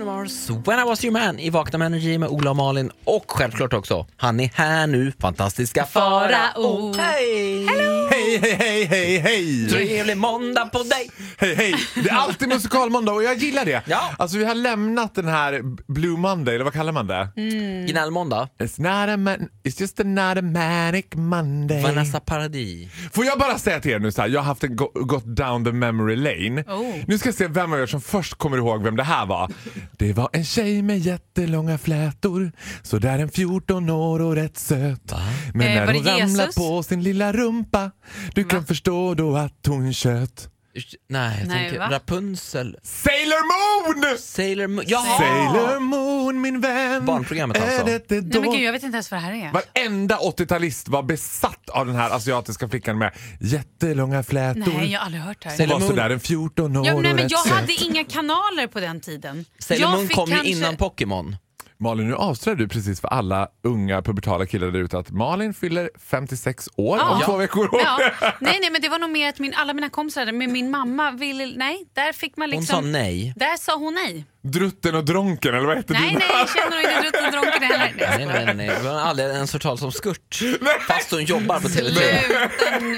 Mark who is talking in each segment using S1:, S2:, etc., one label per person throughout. S1: Stars, When I was your man i Vakna med Energy med Ola och Malin och självklart också, han är här nu, fantastiska
S2: Farao.
S1: Hej!
S3: Hej, hej, hej, hej, hej!
S1: Trevlig måndag på dig!
S3: Hej, hej! Det är alltid musikalmåndag och jag gillar det.
S1: Ja.
S3: Alltså vi har lämnat den här Blue Monday, eller vad kallar man det?
S2: Mm.
S1: Gnällmåndag,
S3: It's, not a man, it's just another manic Monday.
S1: Vanessa Paradis.
S3: Får jag bara säga till er nu så här, jag har haft en go- gått down the memory lane.
S2: Oh.
S3: Nu ska jag se vem av er som först kommer ihåg vem det här var. Det var en tjej med jättelånga flätor, så där en 14 år och rätt söt. Men
S2: Eh,
S3: när
S2: var
S3: hon
S2: det Jesus?
S3: ramlar på sin lilla rumpa, du kan förstå då att hon kött.
S1: Urs- Nej, jag
S2: Nej,
S1: tänker
S2: va?
S1: Rapunzel.
S3: Sailor Moon!
S1: Sailor Moon. Jaha!
S3: Sailor Moon min vän.
S1: Barnprogrammet alltså.
S3: Är det inte
S2: Nej
S3: då?
S2: men gud, jag vet inte ens vad det här är.
S3: Varenda 80-talist var besatt av den här asiatiska flickan med jättelånga flätor.
S2: Nej, jag har aldrig hört det här.
S1: Sailor
S3: var
S1: Moon.
S3: sådär en 14 år
S2: Ja, nej,
S3: och
S2: men
S3: rätt
S2: jag
S3: söt.
S2: hade inga kanaler på den tiden.
S1: Sailor
S2: jag
S1: Moon
S2: fick
S1: kom ju
S2: kanske-
S1: innan Pokémon.
S3: Malin, nu avslöjar du precis för alla unga pubertala killar där ute att Malin fyller 56 år om
S2: Ja.
S3: två veckor.
S2: Ja. Nej, nej, men det var nog mer att min, alla mina kompisar hade- men min mamma ville... Nej, där fick man
S1: Hon
S2: liksom...
S1: sa nej.
S2: Där sa hon nej.
S3: Drutten och Dronken, eller vad heter
S2: Nej,
S3: dina?
S2: nej, jag känner nog inte Drutten Dronken heller. Nej,
S1: Nej, nej, nej, nej. Hon har aldrig ens hört talas om skurt. Fast hon jobbar på TV3.
S2: Sluta nu.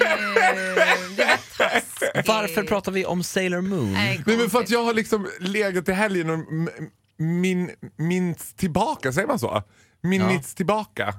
S2: Det var taskigt.
S1: Varför pratar vi om Sailor Moon?
S2: Nej,
S3: Nej, men för att
S2: konstigt.
S3: jag har liksom legat i helgen och m- min, minns tillbaka, säger man så? Min
S1: Ja.
S3: minns tillbaka.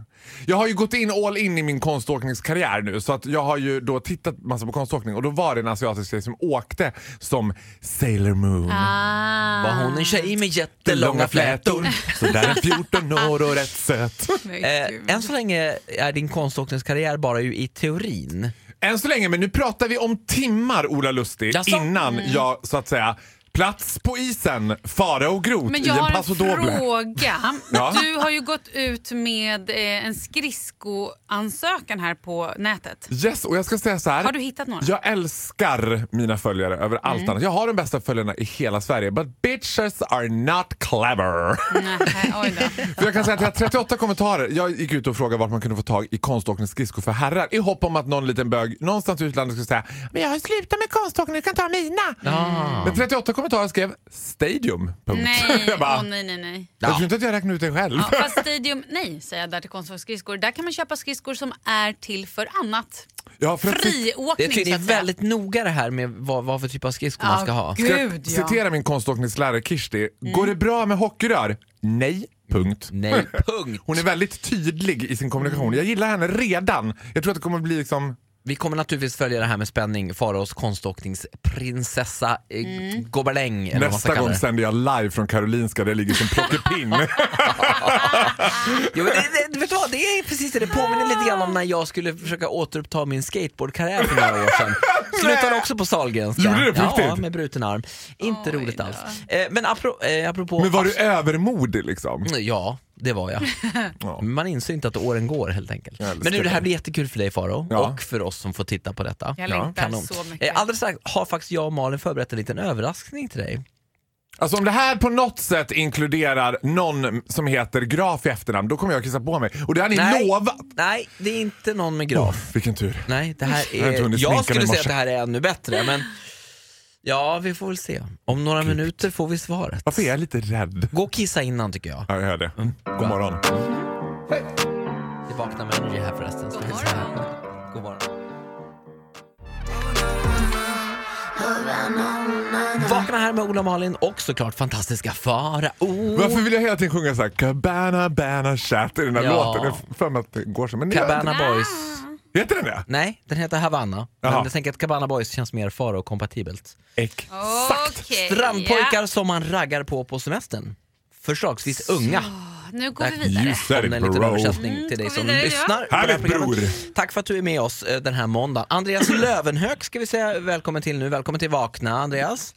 S3: Jag har ju gått in all in i min konståkningskarriär nu så att jag har ju då tittat massa på konståkning och då var det en asiatisk tjej som åkte som Sailor Moon.
S2: Ah.
S1: Var hon en tjej med jättelånga flätor?
S3: Så där är 14 år och rätt söt.
S2: Men gud.
S1: Eh, än så länge är din konståkningskarriär bara ju i teorin.
S3: Än så länge, men nu pratar vi om timmar Ola Lustig
S1: Jaså?
S3: innan
S2: Mm.
S3: jag så att säga plats på isen, fara och grot
S2: Men
S3: i
S2: jag
S3: en
S2: har en
S3: Paso Doble.
S2: fråga.
S3: Ja.
S2: Du har ju gått ut med eh, en skridskoansökan här på nätet.
S3: Yes, och jag ska säga så här.
S2: Har du hittat några? Mm.
S3: Jag älskar mina följare över allt annat. Jag har de bästa följarna i hela Sverige. But bitches are not clever.
S2: Nej, oj då.
S3: För jag kan säga att jag har 38 kommentarer. Jag gick ut och frågade vart man kunde få tag i konståkningsskridskor för herrar i hopp om att någon liten bög någonstans i utlandet skulle säga Men jag har slutat med konståkning, du kan ta mina. Men 38 kommentarer skrev stadium. Punkt.
S2: Ah. Nej,
S3: jag bara,
S2: åh, nej, nej, nej.
S3: jag tror inte att jag räknade ut det själv.
S2: Ja, fast Stadium, nej säger jag där till Konsum för skridskor. Där kan man köpa skridskor som är till för annat.
S3: Ja, för att cit-
S1: Det
S2: Friåkning
S1: är tydligen
S2: så att säga.
S1: väldigt noga det här med vad, vad för typ av skridskor man ska ha.
S2: Ja,
S3: ska
S2: Gud,
S3: jag
S2: ja. Mm.
S3: citera min konståkningslärare Kirsti. Går det bra med hockeyrör? Nej. Punkt.
S1: Nej, punkt.
S3: Hon är väldigt tydlig i sin kommunikation.
S1: Mm.
S3: Jag gillar henne redan. Jag tror att det kommer bli liksom...
S1: Vi kommer naturligtvis följa det här med spänning, Faraos konståkningsprinsessa mm. Gobeläng eller vad man ska
S3: Nästa
S1: kalla
S3: gång
S1: det.
S3: sänder jag live från Karolinska där jag ligger som plockepinn.
S1: Jo, men det, det, vet du vad, det är precis det, det påminner lite grann om när jag skulle försöka återuppta min skateboardkarriär för några år sedan. Slutade också på Sahlgrenska.
S3: Gjorde du det på
S1: Ja,
S3: riktigt?
S1: med bruten arm. Inte
S2: Oj
S1: roligt
S2: då.
S1: alls. Eh, men apro, eh, apropå...
S3: Men var du övermodig liksom?
S1: Ja, det var jag.
S3: Ja.
S1: Men Man inser inte att åren går helt enkelt.
S3: Jag älskar
S1: Men nu, det här
S3: det.
S1: blir jättekul för dig Faro
S3: Ja.
S1: och för oss som får titta på detta.
S2: Jag längtar
S1: Kanon.
S2: så mycket.
S1: Eh, Alldeles strax har faktiskt jag och Malin förberett en liten överraskning till dig.
S3: Alltså om det här på något sätt inkluderar någon som heter Graf i efternamn, då kommer jag kissa på mig. Och det har ni
S1: Nej.
S3: lovat!
S1: Nej, det är inte någon med graf.
S3: Vilken tur.
S1: Nej, det här
S3: Jag har inte
S1: är...
S3: hunnit sminka
S1: Jag
S3: mig
S1: skulle
S3: i
S1: säga
S3: morse.
S1: att det här är ännu bättre, men ja, vi får väl se. Om några minuter får vi svaret.
S3: Varför är jag lite rädd?
S1: Gå och kissa innan tycker jag.
S3: Ja, jag hör det.
S1: Mm.
S3: God morgon.
S1: Vi vaknar med Energy här förresten. så
S2: God
S1: vi kan säga- God morgon. Vakna här med Ola och Malin och såklart fantastiska Farao.
S3: Varför vill jag hela tiden sjunga såhär Cabana Bana Chat i den här
S1: Ja.
S3: låten? Jag har för mig att det går så. Men det gör
S1: Cabana Boys.
S3: inte. Heter den det?
S1: Nej, den heter Havanna. Men
S3: Jaha.
S1: jag tänker att Cabana Boys känns mer Farao-kompatibelt.
S3: Exakt!
S2: Okej,
S1: Strandpojkar som man raggar på på semestern. Förslagsvis unga.
S2: ja. Nu går
S1: Där
S2: vi vidare.
S3: ljus.
S1: kom det
S3: Där
S1: en
S3: är
S1: liten
S3: bro.
S1: översättning till dig
S2: kom
S1: som
S2: vidare, ja.
S1: lyssnar. på
S3: Härligt,
S1: det här programmet.
S3: bror.
S1: Tack för att du är med oss eh, den här måndagen. Andreas Lövenhöök ska vi säga välkommen till nu. Välkommen till Vakna, Andreas.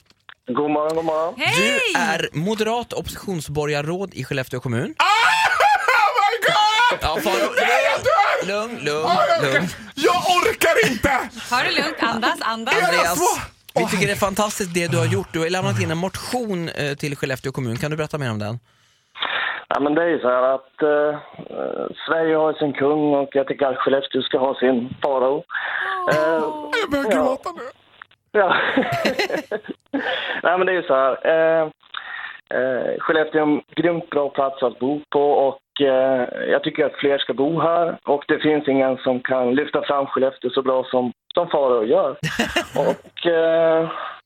S4: God morgon, god morgon.
S2: Hej!
S1: Du är moderat oppositionsborgarråd i Skellefteå kommun.
S3: Oh my god!
S1: Ja, Faro,
S3: Ah! Nej, jag dör!
S1: lugn, lugn,
S3: Ah, jag,
S1: lugn.
S3: orkar, jag orkar inte!
S2: Ta det lugnt, andas, andas.
S1: Andreas,
S3: små-
S1: vi
S3: Åh,
S1: tycker det är fantastiskt det du har gjort. Du har lämnat in en motion eh, till Skellefteå kommun. Kan du berätta mer om den?
S4: Ja, men det är ju så här att eh, eh, Sverige har sin kung och jag tycker att Skellefteå ska ha sin farao. Eh,
S3: Jag börjar
S4: Ja.
S3: gråta nu.
S4: ja. Nej, men det är ju så här. Eh, Eh, Skellefteå är en grymt bra plats att bo på och eh, jag tycker att fler ska bo här. Och det finns ingen som kan lyfta fram Skellefteå så bra som, som Farao gör. och eh,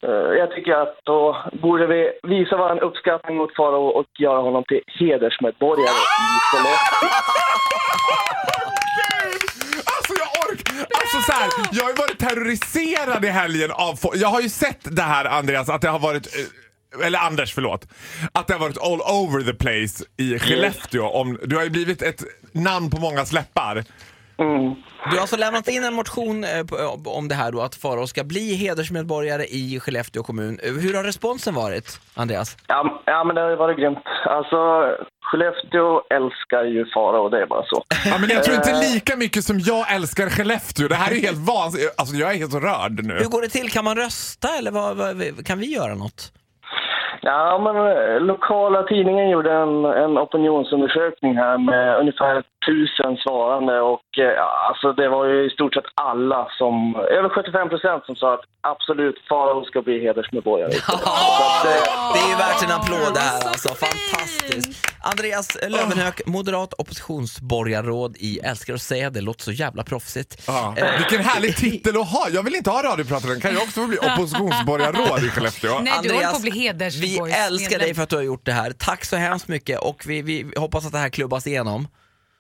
S4: eh, jag tycker att då borde vi visa vår uppskattning mot Farao och göra honom till hedersmedborgare i Skellefteå.
S3: Alltså jag orkar! Alltså så här, jag har ju varit terroriserad i helgen av folk. Jag har ju sett det här Andreas, att det har varit eh, eller Anders, förlåt. Att det har varit all over the place i Skellefteå. Om, du har ju blivit ett namn på många släppar.
S1: Du har alltså lämnat in en motion eh, på- om det här då, att Farao ska bli hedersmedborgare i Skellefteå kommun. Eh, Hur har responsen varit, Andreas?
S4: Ja, ja, men det har ju varit grymt. Alltså, Skellefteå älskar ju Farao, det är bara så.
S3: Ja, men jag tror inte lika mycket som jag älskar Skellefteå. Det här är ju helt vansinnigt. Alltså jag är helt rörd nu.
S1: Hur går det till? Kan man rösta eller vad, vad, kan vi göra något?
S4: Ja, men eh, lokala tidningen gjorde en, en opinionsundersökning här med ungefär tusen svarande och eh, ja, alltså det var ju i stort sett alla som, över 75 procent som sa att absolut Farao ska bli hedersmedborgare. eh,
S1: Det är ju värt en applåd det här
S2: Så
S1: alltså. Fantastiskt. Andreas Lövenhöök, moderat oppositionsborgarråd i Älskar att säga det, låter så jävla proffsigt.
S3: Ja.
S1: Eh,
S3: Vilken härlig titel att ha! Jag vill inte ha radioprataren. Kan jag också få bli oppositionsborgarråd i Skellefteå?
S2: Nej, du håller på att bli
S1: vi
S2: hedersborgs-
S1: älskar dig för att du har gjort det här. Tack så hemskt mycket och vi, vi hoppas att det här klubbas igenom.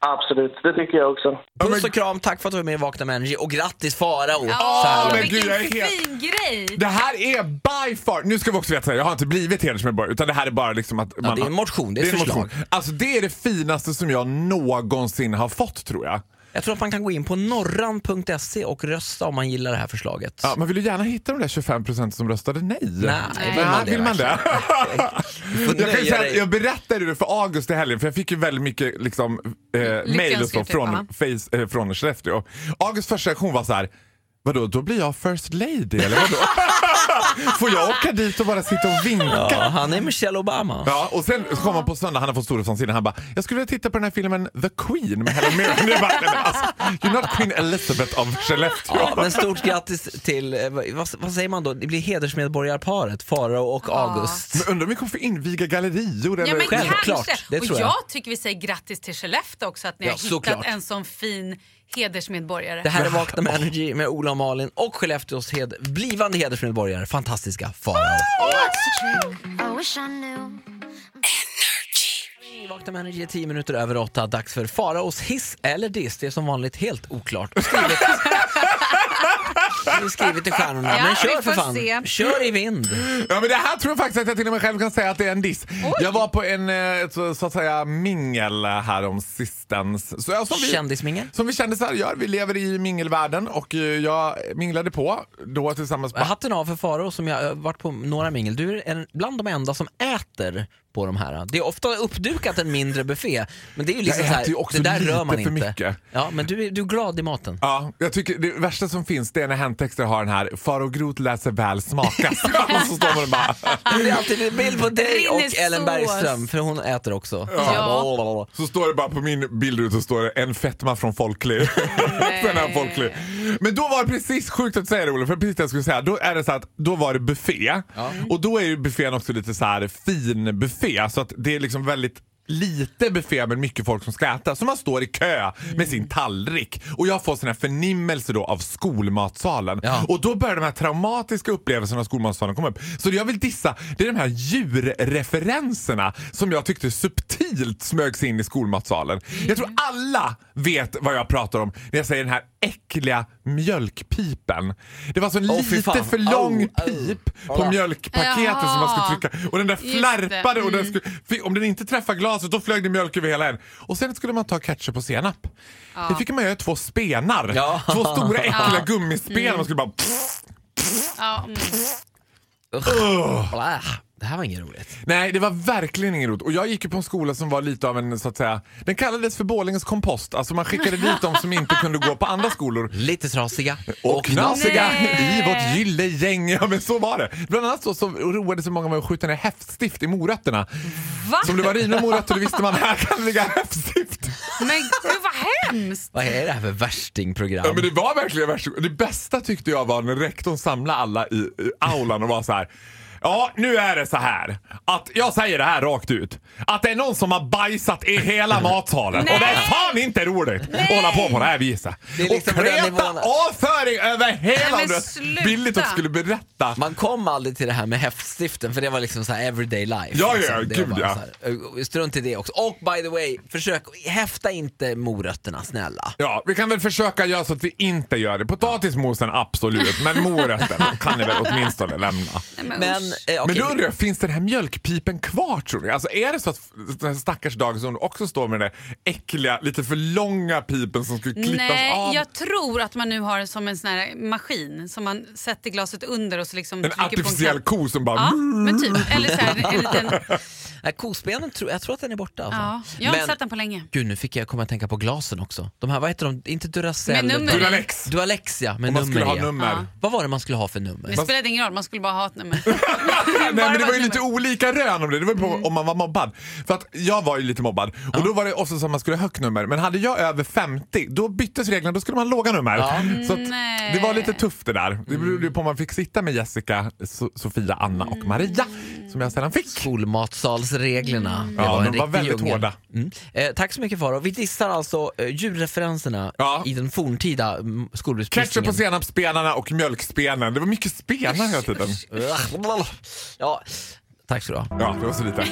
S4: Absolut, det tycker jag också.
S1: Puss och kram, tack för att du var med i Vakna med Energy och grattis Farao! så här
S2: Ja,
S1: långt.
S3: men
S2: vilken
S3: gud, jag är helt-
S2: fin grej!
S3: Det här är by far, nu ska vi också veta så här, jag har inte blivit hedersmedborgare utan det här är bara liksom att man
S1: det är en motion, det är ett
S3: en
S1: förslag.
S3: Alltså det är det finaste som jag någonsin har fått tror jag.
S1: Jag tror att man kan gå in på norran.se E och rösta om man gillar det här förslaget.
S3: Ja, man vill ju gärna hitta de där 25 procent som röstade nej.
S1: Nej,
S2: vill man
S1: det
S3: vill man det?
S1: får
S3: jag, kan ju
S1: Mm. nöja
S3: säga, att
S1: dig.
S3: jag berättade det för August i helgen för jag fick ju väldigt mycket liksom, eh, mail och så
S2: Lyckönskningar till
S3: från, face, eh, från Skellefteå. Augusts första reaktion var så här. Vadå, då blir jag first lady eller vadå? Får jag åka dit och bara sitta och vinka?
S1: Ja, han är Michelle Obama.
S3: Ja, och sen kom han på söndag, han har fått storhetsanseende, han bara “Jag skulle vilja titta på den här filmen The Queen med Helen Mirren”. Jag bara, "Nej, men alltså, You're not Queen Elizabeth av Skellefteå.
S1: Ja, men stort grattis till, eh, vad, vad säger man då, det blir hedersmedborgarparet Farao och August.
S3: Men undrar om vi kommer få inviga gallerior eller...
S2: Ja, men
S1: Självklart,
S2: kanske.
S1: det
S2: och
S1: tror
S2: jag.
S1: jag.
S2: tycker vi säger grattis till Skellefteå också att ni
S1: Ja,
S2: har hittat
S1: såklart.
S2: en sån fin hedersmedborgare.
S1: Det här är Vakna med Energy med Ola och Malin och Skellefteås hed, blivande hedersmedborgare, fantastiska Farao.
S5: I wish I knew.
S1: Vakna med Energy är 10 minuter över åtta, dags för Faraos hiss eller diss. Det är som vanligt helt oklart. Och Skrivet, Det är skrivet i stjärnorna,
S2: Ja,
S1: men
S2: vi
S1: kör för
S2: får
S1: fan.
S2: se.
S1: Kör i vind.
S3: Ja, men det här tror jag faktiskt att jag till och med själv kan säga att det är en diss. Jag var på en eh, så, så att säga mingel här om sistens. Så, ja, som vi-
S1: Kändismingel.
S3: Som vi kändisar gör, vi lever i mingelvärlden och eh, jag minglade på då tillsammans med...
S1: Hatten av för Farao som jag har varit på några mingel. Du är en, bland de enda som äter på de här. Det är ofta uppdukat en mindre buffé, men det är ju liksom
S3: Jag
S1: så här,
S3: äter ju också
S1: det där
S3: lite
S1: rör man
S3: för
S1: inte.
S3: mycket.
S1: Ja, men du, är- du är glad i maten.
S3: Ja, jag tycker det värsta som finns det är när hämndtexter har den här Faro Groth läser väl smakas. och så står man och bara...
S1: Det är alltid en bild på dig
S2: Rinner
S1: och Ellen
S2: sås.
S1: Bergström, för hon äter också.
S2: Ja.
S3: Så står det bara på min bildruta så står det en fetma från Folklig. Sen är han folklig. Men då var det precis sjukt att säga det Olof, för precis det jag skulle säga. Då är det så att då var det buffé. Och då är ju buffén också lite så här fin buffé. Så att det är liksom väldigt lite buffé men mycket folk som ska äta. Så man står i kö med sin tallrik. Och jag får sån här förnimmelse då av skolmatsalen.
S1: Ja.
S3: Och då börjar de här traumatiska upplevelserna av skolmatsalen komma upp. Så det jag vill dissa, det är de här djurreferenserna som jag tyckte subtilt smög sig in i skolmatsalen. Jag tror alla vet vad jag pratar om när jag säger den här äckliga mjölkpipen. Det var så en
S1: Åh, fy
S3: lite
S1: fan.
S3: för lång
S1: Au, au.
S3: pip på mjölkpaketet som man skulle trycka och den där
S2: Just det, Mm.
S3: flärpade och den skulle, fick- om den inte träffade glaset då flög det mjölk över hela en. Och sen skulle man ta ketchup och senap. Det fick man göra i två spenar.
S1: Ja.
S3: Två stora äckliga gummispen. Man skulle
S2: Mm.
S3: bara...
S2: Ja, mm.
S1: Blä. Ah, Det här var inget roligt.
S3: Nej, det var verkligen ingen roligt. Och jag gick ju på en skola som var lite av en, så att säga, den kallades för Borlänges kompost. Alltså man skickade dit de som inte kunde gå på andra skolor.
S1: Lite trasiga
S3: Och knasiga
S2: Nej.
S3: i vårt gyllegäng. Ja men så var det. Bland annat så, så roade sig många med att skjuta ner häftstift i morötterna.
S2: Va?
S3: Som det var rinor och morötter då visste man här kan ligga häftstift.
S2: Men gud vad hemskt!
S1: Vad är det här för värstingprogram?
S3: Ja, men det var verkligen värst. Det bästa tyckte jag var när rektorn samlade alla i, i aulan och var så här. Ja, nu är det så här. Att jag säger det här rakt ut. Att det är någon som har bajsat i hela matsalen.
S2: Nej.
S3: Och det är fan inte roligt att hålla på på det här viset.
S1: Det är liksom på
S3: och
S1: den
S3: kreta
S1: nivån.
S3: avföring över hela
S2: men
S3: området.
S2: sluta.
S3: Billigt att skulle berätta.
S1: Man kom aldrig till det här med häftstiften för det var liksom så här everyday life.
S3: Ja, ja,
S1: liksom. Det
S3: gud,
S1: var bara
S3: ja.
S1: så här, eh, Strunt i det också. Och by the way, försök, häfta inte morötterna snälla.
S3: Ja, vi kan väl försöka göra så att vi inte gör det. Potatismosen absolut, men morötterna kan ni väl åtminstone lämna.
S2: Men,
S1: Men,
S2: usch.
S1: eh,
S3: Men
S1: okej.
S3: då undrar jag, finns den här mjölkpipen kvar tror ni? Alltså är det så att den här stackars dagens ungdom också står med den där äckliga, lite för långa pipen som skulle klippas av?
S2: Nej, jag tror att man nu har det som en sån här maskin som man sätter glaset under och så liksom
S3: En
S2: trycker på
S3: artificiell
S2: en knapp.
S3: ko som bara... "Mm,
S2: Ja, men typ. Eller så här, en liten...
S1: Nej, kosbenen, tror- jag tror att den är borta. Alltså.
S2: Ja, jag har
S1: Men-
S2: inte sett den på länge.
S1: Gud, nu fick jag komma att tänka på glasen också. De här, vad heter de? Inte Duracell.
S2: Med nummer i.
S3: Duralex.
S1: Duralex ja, med
S3: Om man
S1: nummer
S3: skulle ha
S1: i.
S3: nummer.
S2: Ja.
S1: Vad var det man skulle ha för nummer?
S2: Det spelade ingen roll, man skulle bara ha ett nummer.
S3: Nej, men det
S2: Bara
S3: var ju
S2: ett
S3: lite
S2: nummer. Mm.
S3: olika rön om det. Det var ju på om man var mobbad. För att jag var ju lite mobbad. Och då var det ofta så att man skulle ha högt nummer. Men hade jag över 50, då byttes reglerna. Då skulle man ha låga nummer. Så att
S2: Mm, Nej. Mm.
S3: det var lite tufft det där. Det berodde ju på om man fick sitta med Jessica, so Sofia, Anna och Maria. Som jag sedan fick.
S1: Skolmatsalsreglerna.
S2: Mm.
S1: Det
S3: Ja,
S1: var en
S3: de var
S1: riktig
S3: väldigt
S1: djungel.
S3: hårda.
S1: Mm. Eh, tack så mycket Faro. Vi dissar alltså eh, djurreferenserna
S3: Ja.
S1: i den forntida mm,
S3: Ketchup på
S1: skolbespisningen.
S3: senapsbenarna och mjölkspenen. Det var mycket spenar hela tiden.
S1: Ja, tack så du ha.
S3: Ja, det var så lite.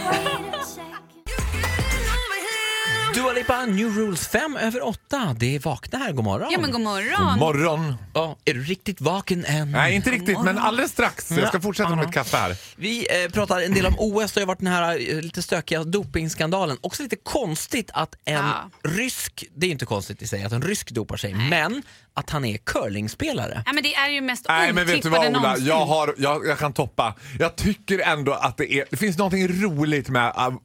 S1: Dua Lipa, New Rules 5 över 8. Det är vakna här, god morgon.
S2: Ja, men god
S3: God
S2: morgon.
S3: morgon.
S1: Ja, är du riktigt vaken än?
S3: Nej, inte riktigt, men alldeles strax. Jag ska fortsätta med mitt kaffe här.
S1: Vi eh, pratar en del om OS, det har ju varit den här eh, lite stökiga dopingskandalen. Också lite konstigt att en
S2: Ja.
S1: rysk, det är inte konstigt i sig att en rysk dopar sig, men att han är curlingspelare.
S2: Ja, men det är ju mest
S3: Nej men vet du vad
S2: otippade
S3: Ola,
S2: någonsin.
S3: jag, har, jag, jag kan toppa. Jag tycker ändå att det, är, det finns någonting roligt med av,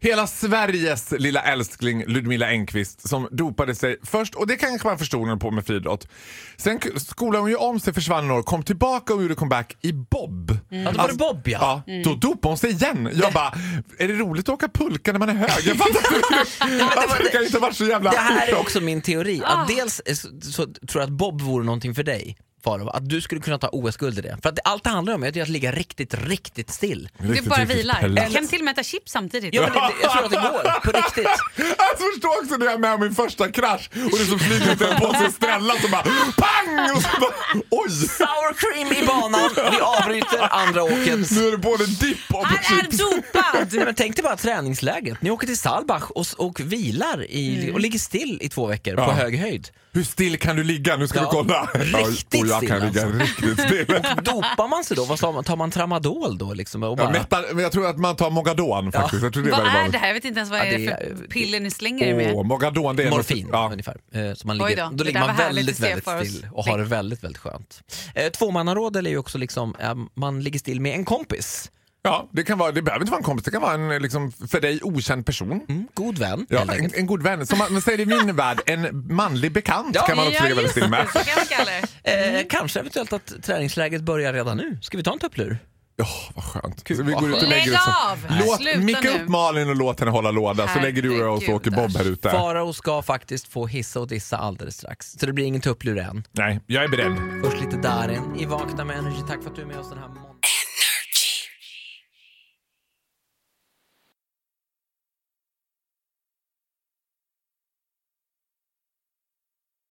S3: hela Sveriges lilla älskling Ludmilla Engqvist som dopade sig först, och det kanske man förstod när hon på med friidrott. Sen k- skolade hon ju om sig, försvann några år, kom tillbaka och gjorde comeback i bob. Alltså,
S1: Ja, då var det bob, ja.
S3: Då dopade hon sig igen. Jag bara, är det roligt att åka pulka när man är hög? Jag fattar inte. Att det kan inte vara så jävla...
S1: Det här Ah. är också min teori, att dels är så, så tror jag att Bob vore någonting för dig. Faro, att du skulle kunna ta OS-guld i det. För att det, allt det handlar om är att att ligga riktigt, riktigt still.
S2: Du bara vilar.
S3: Eller-
S2: Du kan till och med äta chips samtidigt.
S1: Ja, men det, det, jag tror att det går, på riktigt.
S3: Alltså förstå också när jag är med om min första krasch och det som flyger ut en påse Estrella som bara pang! Och så bara, oj!
S1: Sour cream i banan, vi avbryter andra åket.
S3: Nu är det både dipp och på
S2: Han är
S3: chips.
S2: dopad!
S1: Nej, men tänk dig bara träningsläget. Ni åker till Salbach och, och vilar i, och ligger still i två veckor på
S3: Ja.
S1: hög höjd.
S3: Hur still kan du ligga? Nu ska
S1: Ja,
S3: vi kolla.
S1: riktigt
S3: och jag kan
S1: still alltså.
S3: ligga riktigt still.
S1: Dopar man sig då? Vad sa man? Tar man tramadol då? Liksom och
S3: Ja,
S1: bara,
S3: metal, men jag tror att man tar Mogadon faktiskt. Jag tror det är
S2: Vad
S3: väldigt
S2: är
S3: vanligt.
S2: det här? Jag vet inte ens vad
S1: Ja,
S2: det
S1: det
S2: är
S1: är-
S2: för piller ni slänger er med.
S3: Åh, Mogadon, det är något-
S1: morfin
S3: Ja.
S1: ungefär. Eh, Så man
S2: Oj
S1: ligger,
S2: då,
S1: då,
S2: det
S1: ligger
S2: där
S1: man
S2: var härligt
S1: väldigt,
S2: att se
S1: väldigt
S2: för oss.
S1: still och har det
S2: Tänk.
S1: väldigt, väldigt skönt. Eh, Tvåmannaråd är ju också liksom, eh, man ligger still med en kompis.
S3: ja, det kan vara, det behöver inte vara en kompis. Det kan vara en liksom, för dig okänd person.
S1: Mm, god vän
S3: Ja,
S1: helt
S3: en,
S1: enkelt.
S3: en god vän. Som man, man säger i min värld, en manlig bekant
S1: Ja,
S3: kan man också ligga
S2: ja,
S3: väldigt
S2: just
S3: still med.
S2: det. Så kan man kalla det.
S1: Eh, kanske eventuellt att träningsläget börjar redan nu. Ska vi ta en tupplur?
S3: Ja, vad skönt. Så vi går ut och lägger
S2: Lägg
S3: oss.
S2: av!
S3: Låt,
S2: Sluta
S3: micka
S2: nu.
S3: upp Malin och låt henne hålla låda så lägger du och jag oss och åker Bob här ute.
S1: Farao ska faktiskt få hissa och dissa alldeles strax. Så det blir ingen tupplur än.
S3: Nej, jag är beredd.
S1: Först lite Darin i Vakna med Energy. Tack för att du är med oss den här måndagen.